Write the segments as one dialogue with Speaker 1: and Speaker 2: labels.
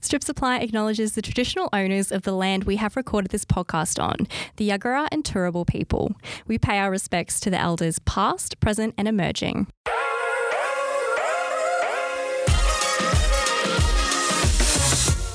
Speaker 1: Strip Supply acknowledges the traditional owners of the land we have recorded this podcast on, the Yagara and Turrbal people. We pay our respects to the elders past, present, and emerging.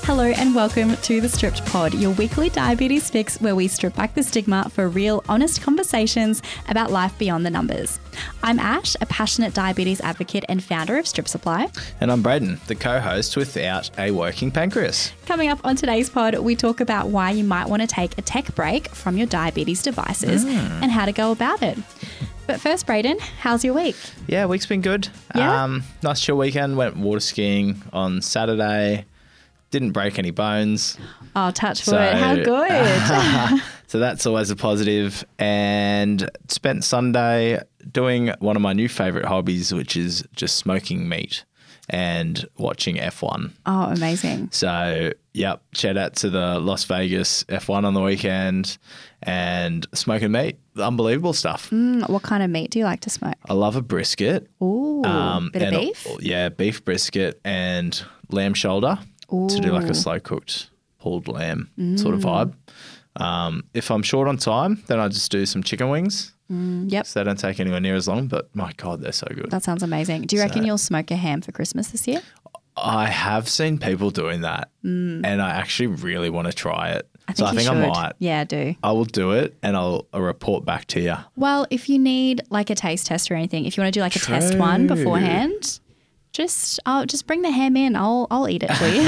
Speaker 1: Hello and welcome to the Stripped Pod, your weekly diabetes fix where we strip back the stigma for real, honest conversations about life beyond the numbers. I'm Ash, a passionate diabetes advocate and founder of Strip Supply.
Speaker 2: And I'm Braden, the co host without a working pancreas.
Speaker 1: Coming up on today's pod, we talk about why you might want to take a tech break from your diabetes devices
Speaker 2: Mm.
Speaker 1: and how to go about it. But first, Brayden, how's your week?
Speaker 2: Yeah, week's been good.
Speaker 1: Yeah?
Speaker 2: Um, nice chill weekend. Went water skiing on Saturday. Didn't break any bones.
Speaker 1: Oh, touch wood. how
Speaker 2: So-
Speaker 1: good.
Speaker 2: So that's always a positive. And spent Sunday doing one of my new favorite hobbies, which is just smoking meat and watching F1.
Speaker 1: oh, amazing.
Speaker 2: So, yep, shout out to the Las Vegas F1 on the weekend and smoking meat. Unbelievable stuff.
Speaker 1: Mm, What kind of meat do you like to smoke?
Speaker 2: I love a brisket.
Speaker 1: Ooh, bit of
Speaker 2: Um, and- uh,
Speaker 1: beef?
Speaker 2: Yeah, beef brisket and lamb shoulder to do like a slow cooked pulled lamb sort of
Speaker 1: Mm.
Speaker 2: vibe. Um, if I'm short on time, then I just do some chicken wings.
Speaker 1: Mm, yep.
Speaker 2: So they don't take anywhere near as long, but my God, they're so good.
Speaker 1: That sounds amazing. Do you reckon you'll smoke a ham for Christmas this year?
Speaker 2: I have seen people doing that and I actually really want to try it. so I
Speaker 1: Mm. you
Speaker 2: think I
Speaker 1: should.
Speaker 2: might.
Speaker 1: Yeah, do.
Speaker 2: I will do it and I'll, I'll report back to you.
Speaker 1: Well, if you need like a taste test or anything, if you want to do like a test one
Speaker 2: True.
Speaker 1: beforehand, just I'll just bring the ham in. I'll I'll eat it for you.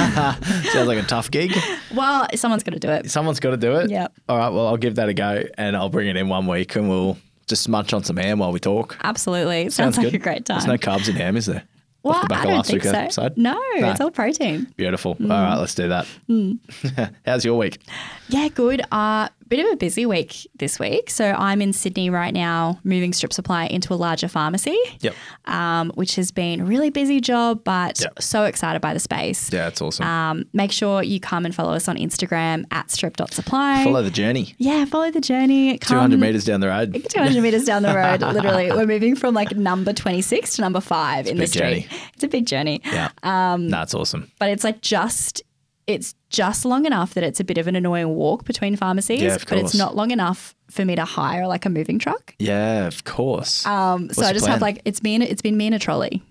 Speaker 2: Sounds like a tough gig.
Speaker 1: well, someone's gonna do it.
Speaker 2: Someone's got to do it.
Speaker 1: Yep.
Speaker 2: All right. Well, I'll give that a go and I'll bring it in one week and we'll just munch on some ham while we talk.
Speaker 1: Absolutely, sounds, like
Speaker 2: good.
Speaker 1: a great time.
Speaker 2: There's no carbs in ham, is there?
Speaker 1: well,
Speaker 2: Off the back
Speaker 1: I
Speaker 2: of
Speaker 1: don't
Speaker 2: last
Speaker 1: think
Speaker 2: week's
Speaker 1: so.
Speaker 2: episode.
Speaker 1: No, Mm.
Speaker 2: No.
Speaker 1: it's all protein.
Speaker 2: Beautiful. All right, let's do that.
Speaker 1: Mm.
Speaker 2: How's your week?
Speaker 1: Yeah, good. Uh, bit of a busy week this week. So I'm in Sydney right now, moving strip supply into a larger pharmacy.
Speaker 2: Yep.
Speaker 1: Um, which has been a really busy job, but
Speaker 2: Yep.
Speaker 1: so excited by the space.
Speaker 2: Yeah, it's awesome.
Speaker 1: Um, make sure you come and follow us on Instagram at strip.supply.
Speaker 2: Follow the journey.
Speaker 1: yeah, follow the journey. Come
Speaker 2: 200 meters down the road.
Speaker 1: 200 meters down the road, literally. We're moving from like number 26 to number five in the
Speaker 2: big
Speaker 1: street.
Speaker 2: journey.
Speaker 1: It's a big journey.
Speaker 2: Yeah. Um, That's awesome.
Speaker 1: But it's like just, it's just long enough that it's a bit of an annoying walk between pharmacies,
Speaker 2: Yeah, of
Speaker 1: but it's
Speaker 2: course.
Speaker 1: not long enough for me to hire like a moving truck.
Speaker 2: Yeah, of course.
Speaker 1: Um, so
Speaker 2: What's
Speaker 1: I
Speaker 2: your
Speaker 1: just have
Speaker 2: plan?
Speaker 1: like, it's me and, it's been me and a trolley,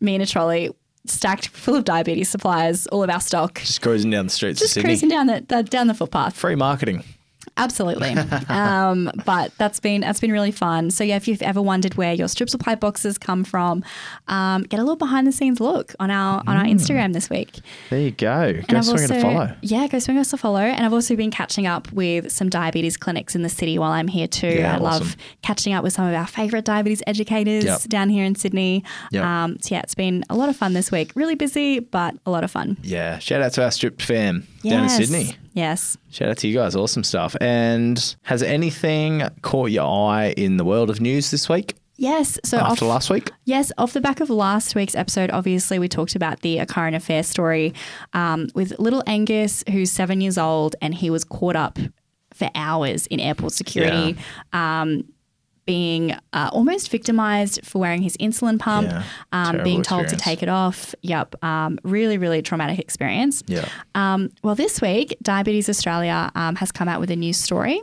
Speaker 1: me and a trolley stacked full of diabetes supplies, all of our stock.
Speaker 2: just cruising down the streets
Speaker 1: Just
Speaker 2: of Sydney.
Speaker 1: cruising down the, the down the footpath.
Speaker 2: Free marketing.
Speaker 1: Absolutely. um, but that's been that's been really fun. So yeah, if you've ever wondered where your strip supply boxes come from, um, get a little behind the scenes look on our on our
Speaker 2: Mm.
Speaker 1: Instagram this week.
Speaker 2: There you go. Go swing and a follow.
Speaker 1: yeah, go swing us a follow. And I've also been catching up with some diabetes clinics in the city while I'm here too.
Speaker 2: Yeah,
Speaker 1: I love
Speaker 2: awesome.
Speaker 1: catching up with some of our favourite diabetes educators
Speaker 2: Yep.
Speaker 1: down here in Sydney.
Speaker 2: Yep.
Speaker 1: Um, so yeah, it's been a lot of fun this week. Really busy, but a lot of fun.
Speaker 2: Yeah. Shout out to our stripped fam down in
Speaker 1: Yes.
Speaker 2: Sydney.
Speaker 1: Yes.
Speaker 2: Shout out to you guys. Awesome stuff. And has anything caught your eye in the world of news this week
Speaker 1: Yes. So
Speaker 2: after
Speaker 1: off-
Speaker 2: last week?
Speaker 1: Yes, off the back of last week's episode, obviously, we talked about the A Current Affair story um, with little Angus, who's seven years old, and he was caught up for hours in airport security, um, being uh, almost victimized for wearing his insulin pump,
Speaker 2: Yeah.
Speaker 1: um,
Speaker 2: Terrible
Speaker 1: being told to
Speaker 2: experience.
Speaker 1: take it off. Yep. Um, really, really traumatic experience.
Speaker 2: Yeah.
Speaker 1: Um, well, this week, Diabetes Australia um, has come out with a new story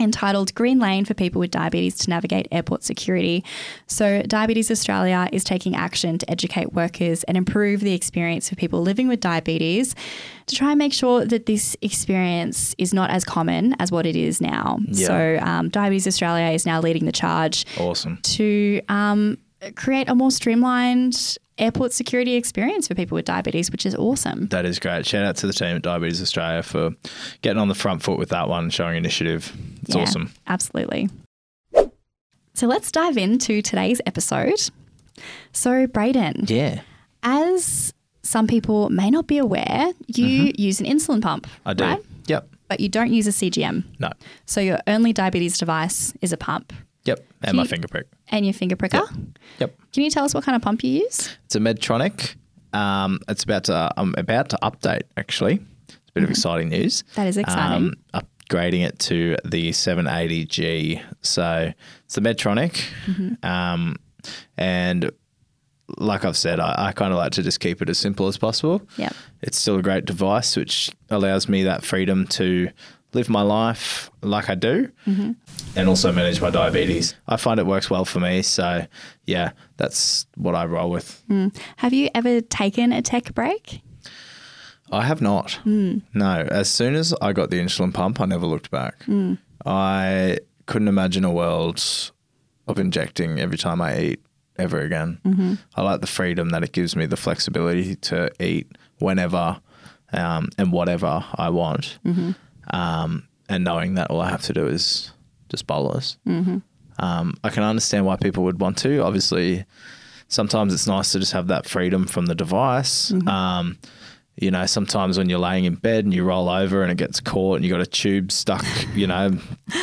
Speaker 1: entitled Green Lane for People with Diabetes to Navigate Airport Security. So, Diabetes Australia is taking action to educate workers and improve the experience for people living with diabetes to try and make sure that this experience is not as common as what it is now.
Speaker 2: Yeah.
Speaker 1: So, um, Diabetes Australia is now leading the charge
Speaker 2: Awesome.
Speaker 1: to um, create a more streamlined airport security experience for people with diabetes, which is awesome.
Speaker 2: That is great. Shout out to the team at Diabetes Australia for getting on the front foot with that one, showing initiative. It's
Speaker 1: Yeah,
Speaker 2: awesome.
Speaker 1: Absolutely. So let's dive into today's episode. So, Brayden,
Speaker 2: Yeah.
Speaker 1: as some people may not be aware, you use an insulin pump,
Speaker 2: Mm-hmm. I do.
Speaker 1: right?
Speaker 2: Yep.
Speaker 1: But you don't use a CGM.
Speaker 2: No.
Speaker 1: So your only diabetes device is a pump
Speaker 2: Yep. And
Speaker 1: Can
Speaker 2: my
Speaker 1: you-
Speaker 2: finger prick.
Speaker 1: and your finger pricker.
Speaker 2: Yep.
Speaker 1: Can you tell us what kind of pump you use?
Speaker 2: It's a Medtronic. Um, it's about to. I'm about to update. Actually, it's a bit of exciting news.
Speaker 1: Mm-hmm. That is exciting.
Speaker 2: Um, upgrading it to the
Speaker 1: Mm-hmm.
Speaker 2: 780G. So it's the Medtronic. Um, and like I've said, I, I kind of like to just keep it as simple as possible.
Speaker 1: Yep.
Speaker 2: It's still a great device, which allows me that freedom to live my life like I do
Speaker 1: Mm-hmm.
Speaker 2: and also manage my diabetes. I find it works well for me. So, yeah, that's what I roll with.
Speaker 1: Have you ever taken a tech break?
Speaker 2: I have not. No, as soon as I got the insulin pump, I never looked back. I couldn't imagine a world of injecting every time I eat ever again. I like the freedom that it gives me, the flexibility to eat whenever um, and whatever I want, um, and knowing that all I have to do is just bolus. Um, I can understand why people would want to. Obviously, sometimes it's nice to just have that freedom from the device. Um, you know, sometimes when you're laying in bed and you roll over and it gets caught and you got a tube stuck, you know,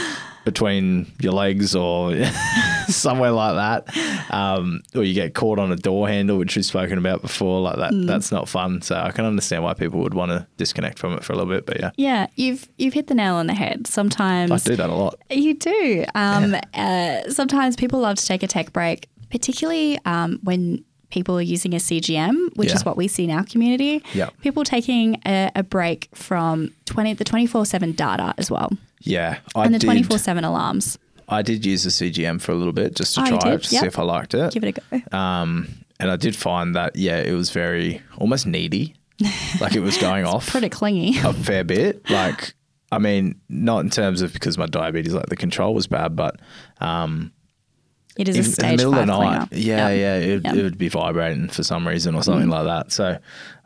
Speaker 2: between your legs or somewhere like that, um, or you get caught on a door handle, which we've spoken about before. Like that,
Speaker 1: Mm.
Speaker 2: that's not fun. So I can understand why people would want to disconnect from it for a little bit. But yeah,
Speaker 1: Yeah, you've you've hit the nail on the head. Sometimes
Speaker 2: I do that a lot.
Speaker 1: You do. Um, uh, sometimes people love to take a tech break, particularly um, when people are using a CGM, which
Speaker 2: Yeah.
Speaker 1: is what we see in our community.
Speaker 2: Yeah.
Speaker 1: People taking a, a break from 20, the 24 7 data as well,
Speaker 2: Yeah, I
Speaker 1: and the
Speaker 2: did.
Speaker 1: 24 7 alarms.
Speaker 2: I did use the CGM for a little bit just to
Speaker 1: Oh, you
Speaker 2: try
Speaker 1: did?
Speaker 2: it to
Speaker 1: Yep.
Speaker 2: see if I liked it.
Speaker 1: Give it a go.
Speaker 2: Um, and I did find that yeah, it was very almost needy. like it was going off
Speaker 1: Pretty clingy.
Speaker 2: a fair bit. Like, I mean, not in terms of because my diabetes, like the control was bad, but um,
Speaker 1: It is a
Speaker 2: in, in the
Speaker 1: stage
Speaker 2: middle
Speaker 1: five
Speaker 2: of the night,
Speaker 1: clinger.
Speaker 2: yeah,
Speaker 1: Yep.
Speaker 2: yeah, it,
Speaker 1: Yep. Mm-hmm.
Speaker 2: it would be vibrating for some reason or something like that. So,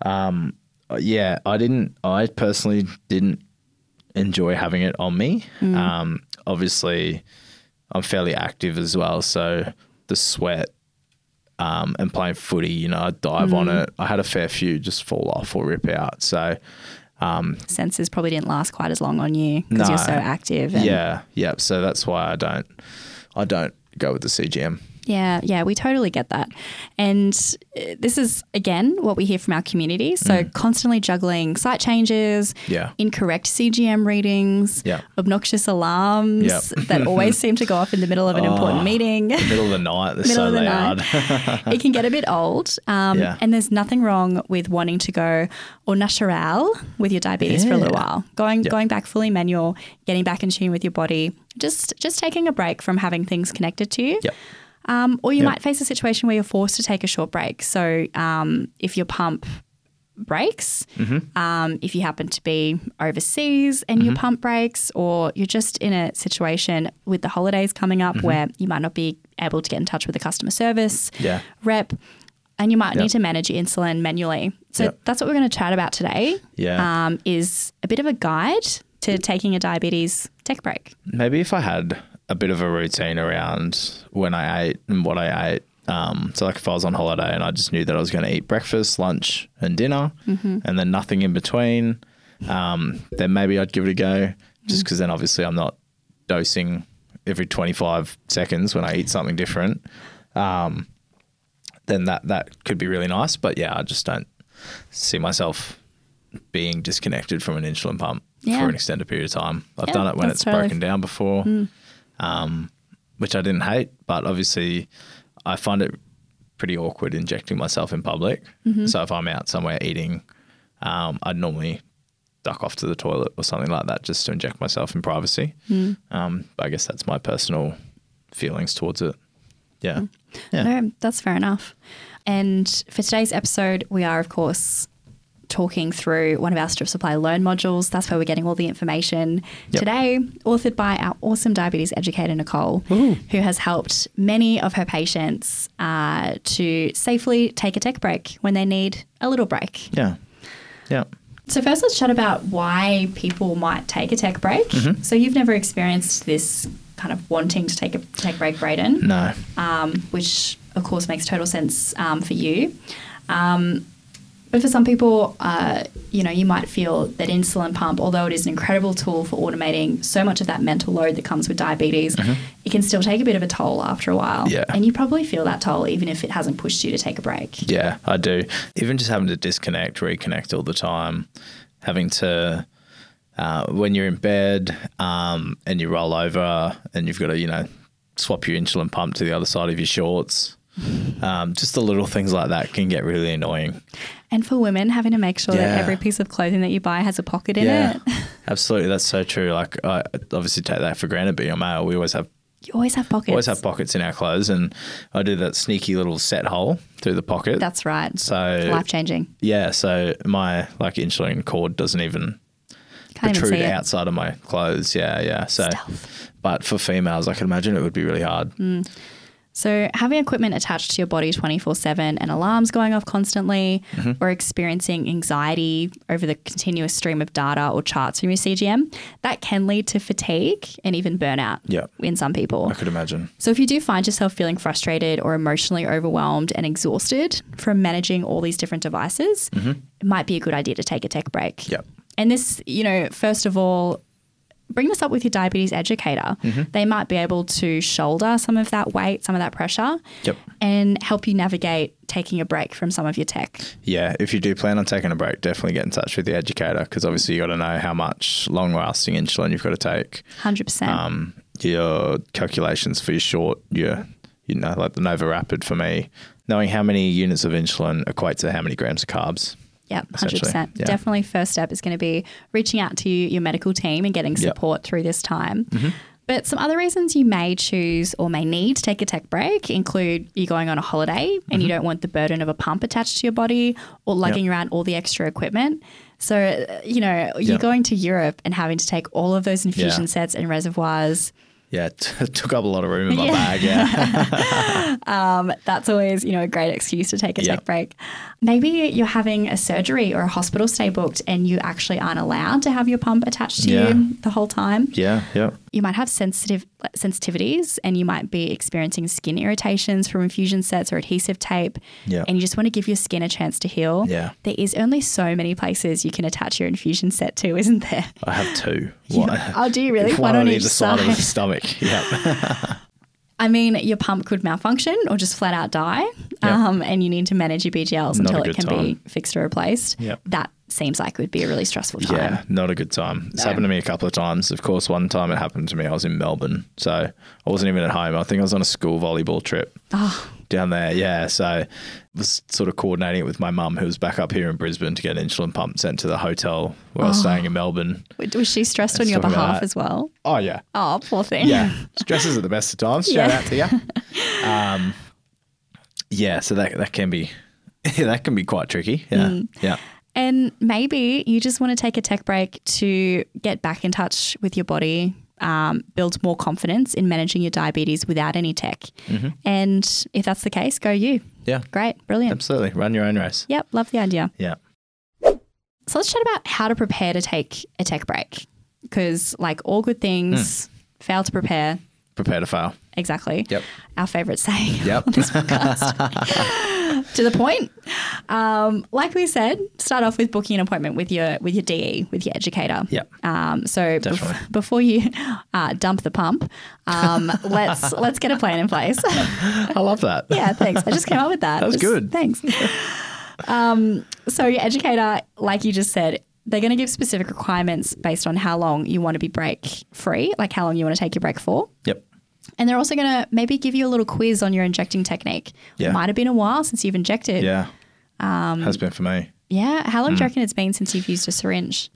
Speaker 2: um, yeah, I didn't, I personally didn't enjoy having it on me.
Speaker 1: Mm.
Speaker 2: Um, obviously, I'm fairly active as well, so the sweat. Um, and playing footy, you know, I dive on
Speaker 1: Mm.
Speaker 2: it. I had a fair few just fall off or rip out. So,
Speaker 1: Senses probably didn't last quite as long on you because you're
Speaker 2: No.
Speaker 1: so active. and-
Speaker 2: Yeah, yeah. So that's why I don't, I don't go with the CGM.
Speaker 1: Yeah, yeah, we totally get that. And uh, this is, again, what we hear from our community. So, constantly juggling site changes,
Speaker 2: Mm. Yeah.
Speaker 1: incorrect CGM readings,
Speaker 2: Yeah.
Speaker 1: obnoxious alarms
Speaker 2: Yeah. Ah.
Speaker 1: that always seem to go off in the middle of an important meeting.
Speaker 2: Middle of the night, they're
Speaker 1: Middle
Speaker 2: so
Speaker 1: of the
Speaker 2: loud.
Speaker 1: night. it can get a bit old, um,
Speaker 2: Yeah.
Speaker 1: and there's nothing wrong with wanting to go au natural with your diabetes for a little
Speaker 2: Yeah.
Speaker 1: while. Going going back fully manual, getting back in tune with your body, just just taking a break from having things connected to you.
Speaker 2: Yep.
Speaker 1: Um, or you
Speaker 2: Yeah.
Speaker 1: might face a situation where you're forced to take a short break. So um, if your pump breaks,
Speaker 2: Mm-hmm.
Speaker 1: um, if you happen to be overseas and your pump breaks, or you're just in a situation with the holidays coming
Speaker 2: Mm-hmm.
Speaker 1: up where you might not be able to get in touch with the customer service
Speaker 2: Yeah.
Speaker 1: rep, and you might
Speaker 2: Yeah.
Speaker 1: need to manage your insulin manually. So
Speaker 2: Yeah.
Speaker 1: that's what we're going to chat about today.
Speaker 2: Yeah.
Speaker 1: um, is a bit of a guide to taking a diabetes tech break.
Speaker 2: Maybe if I had a bit of a routine around when I ate and what I ate. Um, so like if I was on holiday and I just knew that I was going to eat breakfast, lunch, and dinner, and then nothing in between, um, then maybe I'd give it a go. Just because then obviously I'm not dosing every 25 seconds when I eat something different. Um, then that that could be really nice. But yeah, I just don't see myself being disconnected from an insulin pump
Speaker 1: Yeah.
Speaker 2: for an extended period of time. I've
Speaker 1: Yeah,
Speaker 2: done it when
Speaker 1: that's
Speaker 2: it's
Speaker 1: totally Hmm.
Speaker 2: broken down before, um, which I didn't hate, but obviously I find it pretty awkward injecting myself in public.
Speaker 1: Mm-hmm.
Speaker 2: So if I'm out somewhere eating, um, I'd normally duck off to the toilet or something like that just to inject myself in privacy.
Speaker 1: Hmm.
Speaker 2: Um, but I guess that's my personal feelings towards it. Yeah.
Speaker 1: Hmm.
Speaker 2: Yeah.
Speaker 1: No, that's fair enough. And for today's episode, we are, of course, talking through one of our Strip Supply Learn modules. That's where we're getting all the information
Speaker 2: Yep.
Speaker 1: today, authored by our awesome diabetes educator, Nicole, who has helped many of her patients uh, to safely take a tech break when they need a little break.
Speaker 2: Yeah. Yeah.
Speaker 1: So, first, let's chat about why people might take a tech break.
Speaker 2: Mm-hmm.
Speaker 1: So, you've never experienced this kind of wanting to take a tech break, Brayden.
Speaker 2: No.
Speaker 1: um, which of course makes total sense um, for you. Um, but for some people, uh, you know, you might feel that insulin pump, although it is an incredible tool for automating so much of that mental load that comes with diabetes, it can still take a bit of a toll after a while.
Speaker 2: Mm-hmm. Yeah.
Speaker 1: And you probably feel that toll even if it hasn't pushed you to take a break.
Speaker 2: Yeah, I do. Even just having to disconnect, reconnect all the time, having to uh, when you're in bed um, and you roll over and you've got to, you know, swap your insulin pump to the other side of your shorts Um, just the little things like that can get really annoying.
Speaker 1: And for women, having to make sure
Speaker 2: Yeah.
Speaker 1: that every piece of clothing that you buy has a pocket in
Speaker 2: yeah,
Speaker 1: it.
Speaker 2: absolutely. That's so true. Like I obviously take that for granted, being a male, we always have
Speaker 1: You always have pockets.
Speaker 2: always have pockets in our clothes, and I do that sneaky little set hole through the pocket.
Speaker 1: That's right.
Speaker 2: so
Speaker 1: Life changing.
Speaker 2: yeah, so my like insulin cord doesn't even
Speaker 1: Can't even
Speaker 2: protrude
Speaker 1: see it.
Speaker 2: outside of my clothes. Yeah, yeah. So,
Speaker 1: Stealth. Mm.
Speaker 2: but for females, I can imagine it would be really hard.
Speaker 1: So, having equipment attached to your body 24 7 and alarms going off constantly, or experiencing anxiety over the continuous stream of data or charts from your CGM, that can lead to fatigue and even burnout
Speaker 2: Yeah.
Speaker 1: in some people.
Speaker 2: I could imagine.
Speaker 1: So, if you do find yourself feeling frustrated or emotionally overwhelmed and exhausted from managing all these different devices, it might be a good idea to take a tech break.
Speaker 2: Mm-hmm. Yep.
Speaker 1: And this, you know, first of all, bring this up with your diabetes educator.
Speaker 2: Mm-hmm.
Speaker 1: They might be able to shoulder some of that weight, some of that pressure,
Speaker 2: Yep.
Speaker 1: and help you navigate taking a break from some of your tech.
Speaker 2: Yeah, if you do plan on taking a break, definitely get in touch with the educator because obviously you got to know how much long-lasting insulin you've got to take.
Speaker 1: 100%.
Speaker 2: Um, your calculations for your short, your you know, like the Nova Rapid for me, knowing how many units of insulin equates to how many grams of carbs.
Speaker 1: Yep,
Speaker 2: essentially,
Speaker 1: 100%.
Speaker 2: yeah.
Speaker 1: Definitely, first step is going to be reaching out to your medical team and getting
Speaker 2: Yep. Mm-hmm.
Speaker 1: support through this time. But some other reasons you may choose or may need to take a tech break include you going on a holiday and you
Speaker 2: Mm-hmm.
Speaker 1: don't want the burden of a pump attached to your body or lugging around all the extra equipment. So, uh, you know, you're
Speaker 2: Yep.
Speaker 1: going to Europe and having to take all of those infusion sets and reservoirs.
Speaker 2: Yeah, it took up a lot of room in my
Speaker 1: Yeah.
Speaker 2: bag. Yeah.
Speaker 1: That's always, you know, a great excuse to take a
Speaker 2: Yep.
Speaker 1: tech break. Maybe you're having a surgery or a hospital stay booked and you actually aren't allowed to have your pump attached to
Speaker 2: Yeah.
Speaker 1: you the whole time.
Speaker 2: yeah, yeah.
Speaker 1: You might have sensitive sensitivities and you might be experiencing skin irritations from infusion sets or adhesive tape.
Speaker 2: Yeah.
Speaker 1: And you just want to give your skin a chance to heal.
Speaker 2: Yeah.
Speaker 1: There is only so many places you can attach your infusion set to, isn't there?
Speaker 2: I have two.
Speaker 1: Oh, do you really?
Speaker 2: One on either side of the stomach. Yeah.
Speaker 1: I mean, your pump could malfunction or just flat out die,
Speaker 2: Yeah.
Speaker 1: um, and you need to manage your BGLs
Speaker 2: Not a
Speaker 1: until it
Speaker 2: good
Speaker 1: can be fixed or replaced.
Speaker 2: Yep.
Speaker 1: That seems like it would be a really stressful time.
Speaker 2: Yeah, not a good time. It's
Speaker 1: No.
Speaker 2: happened to me a couple of times. Of course, one time it happened to me. I was in Melbourne, so I wasn't even at home. I think I was on a school volleyball trip
Speaker 1: Ah.
Speaker 2: down there. Yeah, so I was sort of coordinating it with my mum, who was back up here in Brisbane to get an insulin pump sent to the hotel where I was staying
Speaker 1: Ah.
Speaker 2: in Melbourne.
Speaker 1: W- Was she stressed on your
Speaker 2: talking about
Speaker 1: behalf
Speaker 2: that.
Speaker 1: as well?
Speaker 2: Oh yeah,
Speaker 1: Oh, poor thing.
Speaker 2: yeah. Stresses at the best of times. Shout
Speaker 1: Yeah.
Speaker 2: out to you. Um, yeah, so that that can be that can be quite tricky. Yeah,
Speaker 1: Mm.
Speaker 2: yeah.
Speaker 1: And maybe you just want to take a tech break to get back in touch with your body, um, build more confidence in managing your diabetes without any tech.
Speaker 2: Mm-hmm.
Speaker 1: And if that's the case, go you.
Speaker 2: Yeah.
Speaker 1: Great. Brilliant.
Speaker 2: Absolutely, run your own race.
Speaker 1: Yep. Love the idea.
Speaker 2: Yeah.
Speaker 1: So let's chat about how to prepare to take a tech break. Because, like all good things, fail to prepare.
Speaker 2: Prepare to fail.
Speaker 1: Exactly.
Speaker 2: Hmm. Yep.
Speaker 1: Our favorite saying
Speaker 2: Yep.
Speaker 1: to the point. Um, like we said, start off with booking an appointment with your with your DE, with your educator.
Speaker 2: Yep.
Speaker 1: Um, so bef-
Speaker 2: Definitely.
Speaker 1: before you uh, dump the pump, um, let's let's get a plan in place.
Speaker 2: I love that.
Speaker 1: yeah, thanks. I just came up with that. That
Speaker 2: was good.
Speaker 1: Thanks. um, so your educator, like you just said, they're going to give specific requirements based on how long you want to be break free, like how long you want to take your break for.
Speaker 2: Yep.
Speaker 1: And they're also going to maybe give you a little quiz on your injecting technique.
Speaker 2: Yeah.
Speaker 1: Might have been a while since you've injected.
Speaker 2: Yeah.
Speaker 1: Um,
Speaker 2: Mm. Has been for me.
Speaker 1: Yeah. How long do you reckon it's been since you've used a syringe?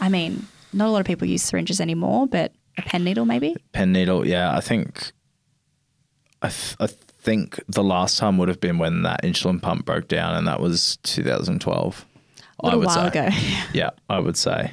Speaker 1: I mean, not a lot of people use syringes anymore, but a pen needle maybe?
Speaker 2: Pen needle. Yeah. I think. I, th- I think the last time would have been when that insulin pump broke down, and that was 2012.
Speaker 1: A little
Speaker 2: I would
Speaker 1: while
Speaker 2: say.
Speaker 1: ago.
Speaker 2: Yeah, I would say.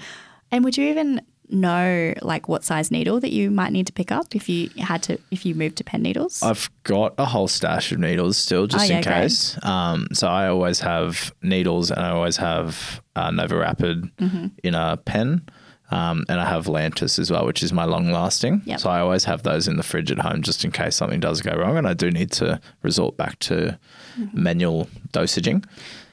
Speaker 1: And would you even know like what size needle that you might need to pick up if you had to if you moved to pen needles?
Speaker 2: I've got a whole stash of needles still, just
Speaker 1: Oh, yeah,
Speaker 2: in
Speaker 1: great.
Speaker 2: case. Um, so I always have needles, and I always have uh, Nova Rapid
Speaker 1: Mm-hmm.
Speaker 2: in a pen, um, and I have Lantus as well, which is my long lasting.
Speaker 1: Yep.
Speaker 2: So I always have those in the fridge at home, just in case something does go wrong, and I do need to resort back to
Speaker 1: Mm-hmm.
Speaker 2: manual dosaging.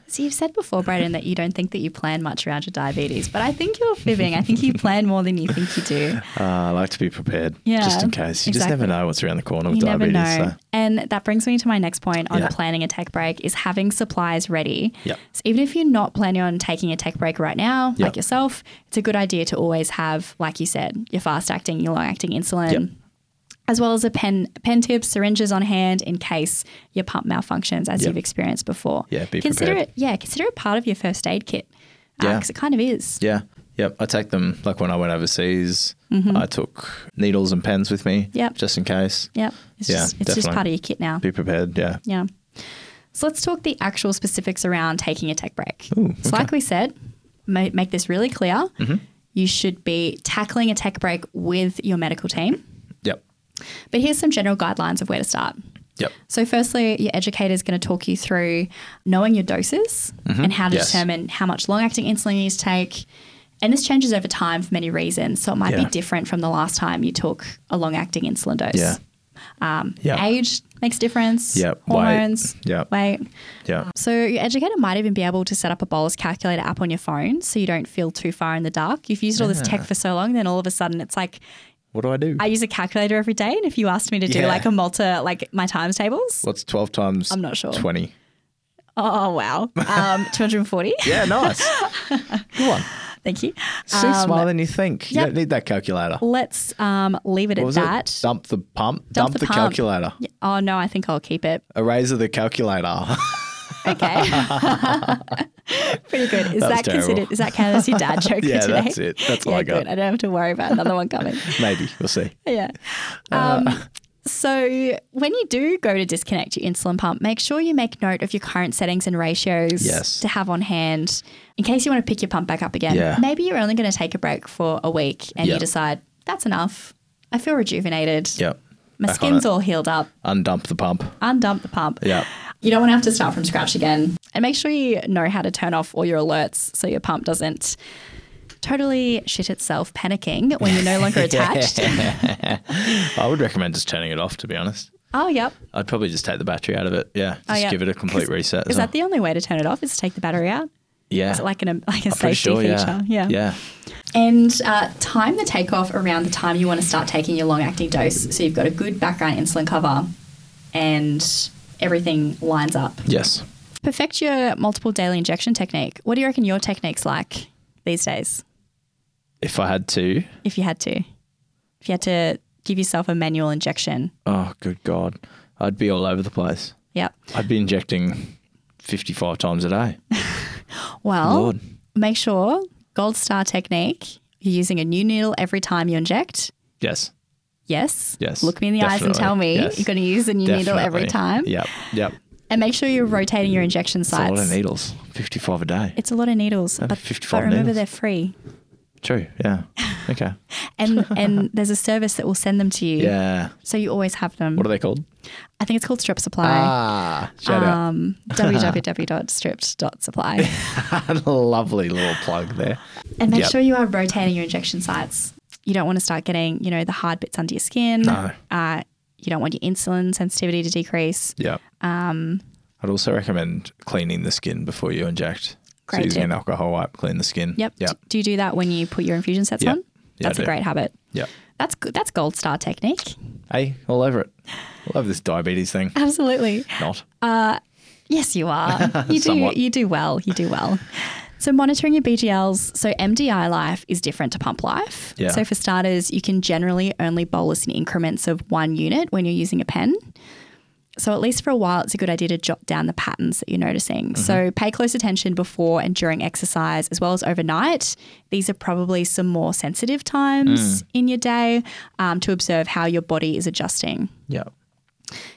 Speaker 1: so you've said before, Braden, that you don't think that you plan much around your diabetes, but I think you're fibbing. I think you plan more than you think you do.
Speaker 2: Uh, I like to be prepared, just
Speaker 1: Yeah,
Speaker 2: in case. You just
Speaker 1: exactly.
Speaker 2: never know what's around the corner with
Speaker 1: You never
Speaker 2: diabetes.
Speaker 1: know.
Speaker 2: So.
Speaker 1: And that brings me to my next point on
Speaker 2: Yeah.
Speaker 1: planning a tech break is having supplies ready.
Speaker 2: Yep.
Speaker 1: So even if you're not planning on taking a tech break right now, like
Speaker 2: Yep.
Speaker 1: yourself, it's a good idea to always have, like you said, your fast acting, your long acting insulin.
Speaker 2: Yep.
Speaker 1: as well as a pen, pen tip, syringes on hand in case your pump malfunctions as
Speaker 2: Yep.
Speaker 1: you've experienced before.
Speaker 2: Yeah, be
Speaker 1: consider
Speaker 2: prepared.
Speaker 1: it. Yeah, consider it part of your first aid kit because
Speaker 2: Yeah.
Speaker 1: it kind of is.
Speaker 2: Yeah. Yep. I take them like when I went overseas, I took needles and pens with me.
Speaker 1: Mm-hmm. Yep.
Speaker 2: Just in case.
Speaker 1: Yep, it's
Speaker 2: Yeah,
Speaker 1: just it's just
Speaker 2: definitely.
Speaker 1: part of your kit now.
Speaker 2: Be prepared. Yeah.
Speaker 1: Yeah. So let's talk the actual specifics around taking a tech break.
Speaker 2: Ooh,
Speaker 1: So,
Speaker 2: okay. Mm-hmm.
Speaker 1: like we said, ma- make this really clear. You should be tackling a tech break with your medical team.
Speaker 2: Yep.
Speaker 1: But here's some general guidelines of where to start.
Speaker 2: Yep.
Speaker 1: So, firstly, your educator is going to talk you through knowing your doses and how to
Speaker 2: Mm-hmm. Yes.
Speaker 1: determine how much long acting insulin you need to take. And this changes over time for many reasons. So, it might be
Speaker 2: Yeah.
Speaker 1: different from the last time you took a long acting insulin dose.
Speaker 2: Yeah.
Speaker 1: Um,
Speaker 2: Yeah.
Speaker 1: Age makes difference.
Speaker 2: Yep. Weight.
Speaker 1: Hormones.
Speaker 2: Yep.
Speaker 1: Weight.
Speaker 2: Yeah.
Speaker 1: So your educator might even be able to set up a bolus calculator app on your phone so you don't feel too far in the dark. You've used all this
Speaker 2: Ah.
Speaker 1: tech for so long, then all of a sudden it's like
Speaker 2: What do I do?
Speaker 1: I use a calculator every day and if you asked me to do
Speaker 2: Yeah.
Speaker 1: like a multi like my times tables.
Speaker 2: What's 12 times?
Speaker 1: I'm not sure.
Speaker 2: 20.
Speaker 1: Oh wow. Um 240.
Speaker 2: Yeah. Nice. Good one.
Speaker 1: Thank you.
Speaker 2: See, smarter than you think. You
Speaker 1: Um, yep.
Speaker 2: don't need that calculator. What
Speaker 1: Let's um leave it at
Speaker 2: was
Speaker 1: that.
Speaker 2: it? Dump the pump. Dump,
Speaker 1: the
Speaker 2: the,
Speaker 1: pump.
Speaker 2: calculator.
Speaker 1: Yeah. Oh no, I think I'll keep it.
Speaker 2: Eraser the calculator.
Speaker 1: Okay. Pretty good. Is that,
Speaker 2: was terrible.
Speaker 1: considered is that counted as your dad joke
Speaker 2: Yeah,
Speaker 1: for today?
Speaker 2: that's it. That's all
Speaker 1: yeah,
Speaker 2: I got.
Speaker 1: good. I don't have to worry about another one coming.
Speaker 2: Maybe. We'll see.
Speaker 1: yeah.
Speaker 2: Uh,
Speaker 1: Um, so when you do go to disconnect your insulin pump, make sure you make note of your current settings and ratios
Speaker 2: Yes.
Speaker 1: to have on hand in case you want to pick your pump back up again.
Speaker 2: Yeah.
Speaker 1: Maybe you're only going to take a break for a week and you
Speaker 2: Yep.
Speaker 1: decide that's enough. I feel rejuvenated.
Speaker 2: Yep.
Speaker 1: My
Speaker 2: Back on
Speaker 1: skin's
Speaker 2: it.
Speaker 1: all healed up.
Speaker 2: Undump the pump.
Speaker 1: Undump the pump.
Speaker 2: Yeah.
Speaker 1: You don't want to have to start from scratch again. And make sure you know how to turn off all your alerts so your pump doesn't totally shit itself panicking when you're no longer attached.
Speaker 2: I would recommend just turning it off, to be honest.
Speaker 1: Oh, yep.
Speaker 2: I'd probably just take the battery out of it. Yeah. Just
Speaker 1: Oh, yeah.
Speaker 2: give it a complete reset.
Speaker 1: Is that the only way to turn it off? Is to take the battery out?
Speaker 2: yeah.
Speaker 1: Is it like an um, like a
Speaker 2: Pretty
Speaker 1: safety
Speaker 2: sure, yeah.
Speaker 1: feature? Yeah.
Speaker 2: Yeah.
Speaker 1: And uh, time the takeoff around the time you want to start taking your long acting dose, so you've got a good background insulin cover, and everything lines up.
Speaker 2: Yes.
Speaker 1: Perfect your multiple daily injection technique. What do you reckon your technique's like these days?
Speaker 2: If I had to.
Speaker 1: If you had to, if you had to give yourself a manual injection,
Speaker 2: Oh, good God. I'd be all over the place.
Speaker 1: yep.
Speaker 2: I'd be injecting 55 times a day.
Speaker 1: Well,
Speaker 2: Lord.
Speaker 1: make sure gold star technique. You're using a new needle every time you inject.
Speaker 2: Yes.
Speaker 1: Yes.
Speaker 2: Yes,
Speaker 1: Look me in the eyes and
Speaker 2: definitely.
Speaker 1: tell me
Speaker 2: Yes.
Speaker 1: you're going to use a new needle every
Speaker 2: Definitely.
Speaker 1: time.
Speaker 2: Yep. Yep.
Speaker 1: And make sure you're rotating your injection
Speaker 2: It's a
Speaker 1: sites.
Speaker 2: lot of needles. 55 a day.
Speaker 1: It's a lot of needles, but,
Speaker 2: 55
Speaker 1: but remember
Speaker 2: needles.
Speaker 1: they're free.
Speaker 2: True. Yeah. Okay.
Speaker 1: And and there's a service that will send them to you.
Speaker 2: Yeah.
Speaker 1: So you always have them.
Speaker 2: What are they called?
Speaker 1: I think it's called Strip Supply.
Speaker 2: Ah, shout
Speaker 1: um, www.stripped.supply. Um,
Speaker 2: out. Lovely little plug there.
Speaker 1: and make
Speaker 2: Yep.
Speaker 1: sure you are rotating your injection sites. You don't want to start getting, you know, the hard bits under your skin.
Speaker 2: No.
Speaker 1: Uh, you don't want your insulin sensitivity to decrease.
Speaker 2: Yeah. Um, I'd also recommend cleaning the skin before you inject.
Speaker 1: Great
Speaker 2: so using
Speaker 1: tip.
Speaker 2: an alcohol wipe, clean the skin.
Speaker 1: Yep.
Speaker 2: Yep.
Speaker 1: Do you do that when you put your infusion sets
Speaker 2: Yeah.
Speaker 1: on?
Speaker 2: Yeah, I
Speaker 1: That's a
Speaker 2: do.
Speaker 1: great habit.
Speaker 2: Yep.
Speaker 1: That's good. That's gold star technique.
Speaker 2: Hey, all over it. All over this diabetes thing.
Speaker 1: Absolutely.
Speaker 2: Not.
Speaker 1: Yes, you are. You do.
Speaker 2: Somewhat.
Speaker 1: you do well. You do well. So monitoring your BGLs. So MDI life is different to pump life.
Speaker 2: Yeah.
Speaker 1: So for starters, you can generally only bolus in increments of one unit when you're using a pen. So at least for a while, it's a good idea to jot down the patterns that you're noticing.
Speaker 2: Mm-hmm.
Speaker 1: So pay close attention before and during exercise, as well as overnight. These are probably some more sensitive
Speaker 2: Mm.
Speaker 1: times in your day um, to observe how your body is adjusting.
Speaker 2: yeah.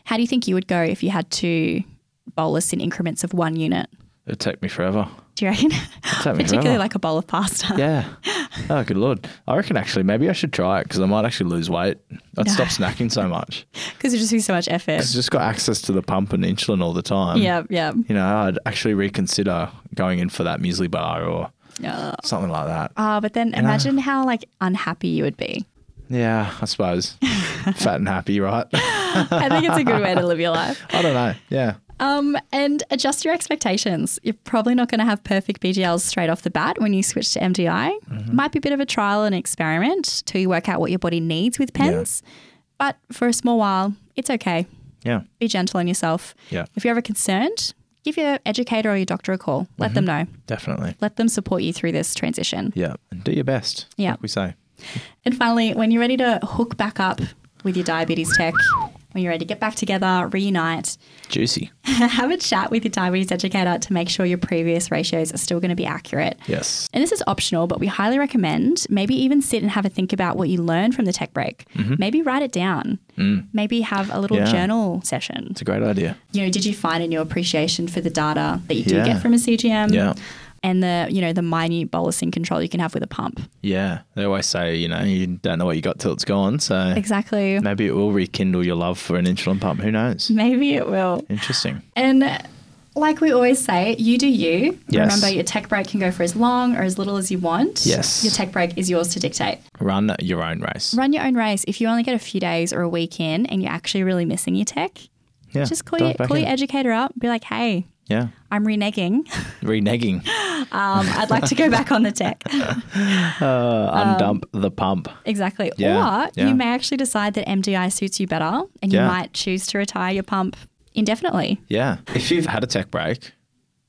Speaker 1: How do you think you would go if you had to bolus in increments of one unit?
Speaker 2: It'd take me forever.
Speaker 1: Do you reckon?
Speaker 2: It'd take me
Speaker 1: Particularly
Speaker 2: forever.
Speaker 1: like a bowl of pasta.
Speaker 2: yeah. Oh, good lord. I reckon actually maybe I should try it because I might actually lose weight. I'd stop snacking so much.
Speaker 1: Because it just be so much effort.
Speaker 2: It's just got access to the pump and insulin all the time.
Speaker 1: Yeah, yeah.
Speaker 2: You know, I'd actually reconsider going in for that muesli bar or
Speaker 1: Ah,
Speaker 2: something like that.
Speaker 1: Ah, but then imagine how like unhappy you would be.
Speaker 2: Yeah, I suppose. Fat and happy, right?
Speaker 1: I think it's a good way to live your life.
Speaker 2: I don't know. Yeah.
Speaker 1: Um, and adjust your expectations. You're probably not going to have perfect BGLs straight off the bat when you switch to MDI. Might be a bit of a trial and experiment till you work out what your body needs with pens. But for a small while, it's okay.
Speaker 2: Yeah.
Speaker 1: Be gentle on yourself.
Speaker 2: Yeah.
Speaker 1: If you're ever concerned, give your educator or your doctor a call. Let them know.
Speaker 2: Definitely.
Speaker 1: Let them support you through this transition.
Speaker 2: Yeah. And do your best.
Speaker 1: Yeah.
Speaker 2: Like we say.
Speaker 1: And finally, when you're ready to hook back up with your diabetes tech when you're ready. Get back together, reunite,
Speaker 2: Juicy.
Speaker 1: have a chat with your diabetes educator to make sure your previous ratios are still going to be accurate.
Speaker 2: Yes.
Speaker 1: And this is optional, but we highly recommend maybe even sit and have a think about what you learned from the tech break. Maybe write it down. Maybe have a little
Speaker 2: Yeah.
Speaker 1: journal session.
Speaker 2: It's a great idea.
Speaker 1: You know, did you find a new appreciation for the data that you do
Speaker 2: Yeah.
Speaker 1: get from a CGM?
Speaker 2: Yeah.
Speaker 1: And the, you know, the minute bolusing control you can have with a pump.
Speaker 2: Yeah. They always say, you know, you don't know what you got till it's gone. So
Speaker 1: Exactly.
Speaker 2: maybe it will rekindle your love for an insulin pump. Who knows?
Speaker 1: Maybe it will.
Speaker 2: Interesting.
Speaker 1: And like we always say, you do you.
Speaker 2: Yes.
Speaker 1: Remember, your tech break can go for as long or as little as you want.
Speaker 2: Yes.
Speaker 1: Your tech break is yours to dictate.
Speaker 2: Run your own race.
Speaker 1: Run your own race. If you only get a few days or a week in and you're actually really missing your tech,
Speaker 2: Yeah.
Speaker 1: just call,
Speaker 2: dive
Speaker 1: your,
Speaker 2: back
Speaker 1: call your
Speaker 2: in.
Speaker 1: educator up. Be like, hey,
Speaker 2: Yeah.
Speaker 1: I'm reneging.
Speaker 2: Reneging.
Speaker 1: Um, I'd like to go back on the tech.
Speaker 2: Uh,
Speaker 1: Um,
Speaker 2: Undump the pump.
Speaker 1: Exactly.
Speaker 2: Yeah,
Speaker 1: or
Speaker 2: yeah.
Speaker 1: you may actually decide that MDI suits you better and you
Speaker 2: Yeah.
Speaker 1: might choose to retire your pump indefinitely.
Speaker 2: Yeah. If you've had a tech break,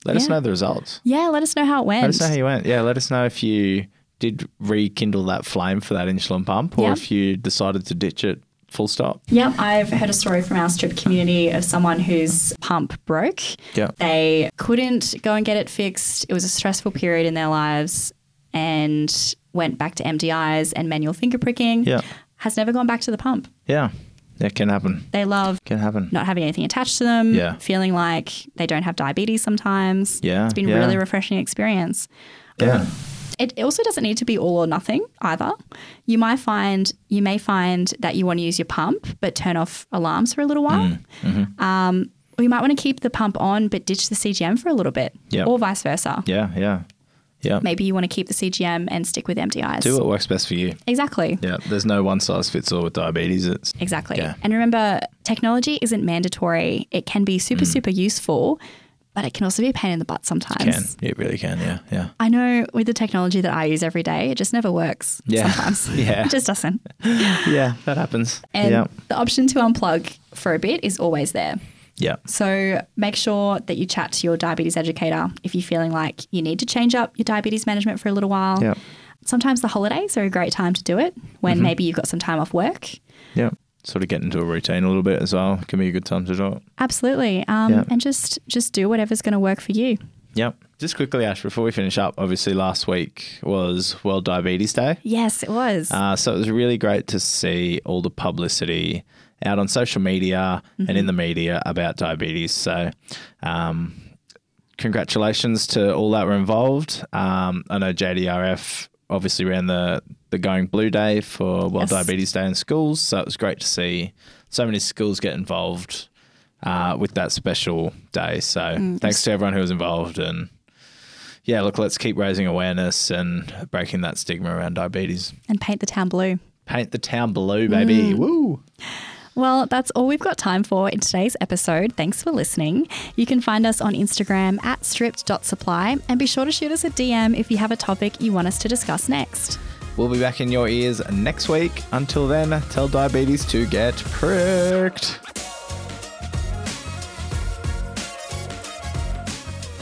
Speaker 2: let us
Speaker 1: Yeah.
Speaker 2: know the results.
Speaker 1: Yeah, let us know how it went.
Speaker 2: Let us know how you went. Yeah, let us know if you did rekindle that flame for that insulin pump or
Speaker 1: Yeah.
Speaker 2: if you decided to ditch it full stop.
Speaker 1: Yep, I've heard a story from our strip community of someone whose pump broke.
Speaker 2: Yeah.
Speaker 1: They couldn't go and get it fixed. It was a stressful period in their lives and went back to MDIs and manual finger pricking.
Speaker 2: Yeah.
Speaker 1: Has never gone back to the pump.
Speaker 2: Yeah. It can happen.
Speaker 1: They love
Speaker 2: Can happen.
Speaker 1: not having anything attached to them,
Speaker 2: Yeah.
Speaker 1: feeling like they don't have diabetes sometimes.
Speaker 2: Yeah,
Speaker 1: It's been
Speaker 2: yeah.
Speaker 1: really refreshing experience.
Speaker 2: Yeah.
Speaker 1: It it also doesn't need to be all or nothing either. You might find you may find that you want to use your pump but turn off alarms for a little while.
Speaker 2: Mm, mm-hmm.
Speaker 1: Um, or you might want to keep the pump on but ditch the CGM for a little bit,
Speaker 2: Yeah.
Speaker 1: or vice versa.
Speaker 2: Yeah. Yeah. Yeah.
Speaker 1: Maybe you want to keep the CGM and stick with MDIs.
Speaker 2: Do what works best for you.
Speaker 1: Exactly.
Speaker 2: Yeah. There's no one size fits all with diabetes. It's
Speaker 1: Exactly.
Speaker 2: Yeah.
Speaker 1: And remember, technology isn't mandatory. It can be
Speaker 2: Mm.
Speaker 1: super, super useful, but it can also be a pain in the butt sometimes.
Speaker 2: can. It really can. Yeah. Yeah.
Speaker 1: I know with the technology that I use every day, it just never works
Speaker 2: Yeah.
Speaker 1: sometimes.
Speaker 2: Yeah.
Speaker 1: It just doesn't.
Speaker 2: Yeah. That happens.
Speaker 1: And
Speaker 2: yeah.
Speaker 1: the option to unplug for a bit is always there.
Speaker 2: Yeah.
Speaker 1: So make sure that you chat to your diabetes educator if you're feeling like you need to change up your diabetes management for a little while.
Speaker 2: Yeah. Mm-hmm.
Speaker 1: Sometimes the holidays are a great time to do it when maybe you've got some time off work.
Speaker 2: Yeah. Sort of get into a routine a little bit as well. Can be a good time to do it.
Speaker 1: Absolutely. Um,
Speaker 2: Yeah.
Speaker 1: And just just do whatever's going to work for you.
Speaker 2: Yep. Just quickly, Ash, before we finish up, obviously last week was World Diabetes Day.
Speaker 1: Yes, it was.
Speaker 2: Uh, so it was really great to see all the publicity out on social media and in
Speaker 1: Mm-hmm.
Speaker 2: the media about diabetes. So, um, congratulations to all that were involved. Um, I know JDRF obviously ran the the Going Blue Day for World
Speaker 1: Yes.
Speaker 2: Diabetes Day in schools. So it was great to see so many schools get involved uh, with that special day. So
Speaker 1: Mm,
Speaker 2: thanks to everyone who was involved and. Yeah, look, let's keep raising awareness and breaking that stigma around diabetes.
Speaker 1: and paint the town blue.
Speaker 2: Paint the town blue, baby. Woo.
Speaker 1: Well, that's all we've got time for in today's episode. Thanks for listening. You can find us on Instagram at stripped.supply and be sure to shoot us a DM if you have a topic you want us to discuss next.
Speaker 2: We'll be back in your ears next week. Until then, tell diabetes to get pricked.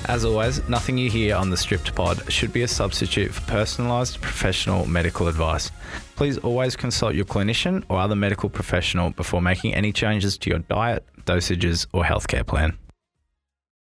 Speaker 2: As always, nothing you hear on the Stripped Pod should be a substitute for personalised professional medical advice. Please always consult your clinician or other medical professional before making any changes to your diet, dosages, or healthcare plan.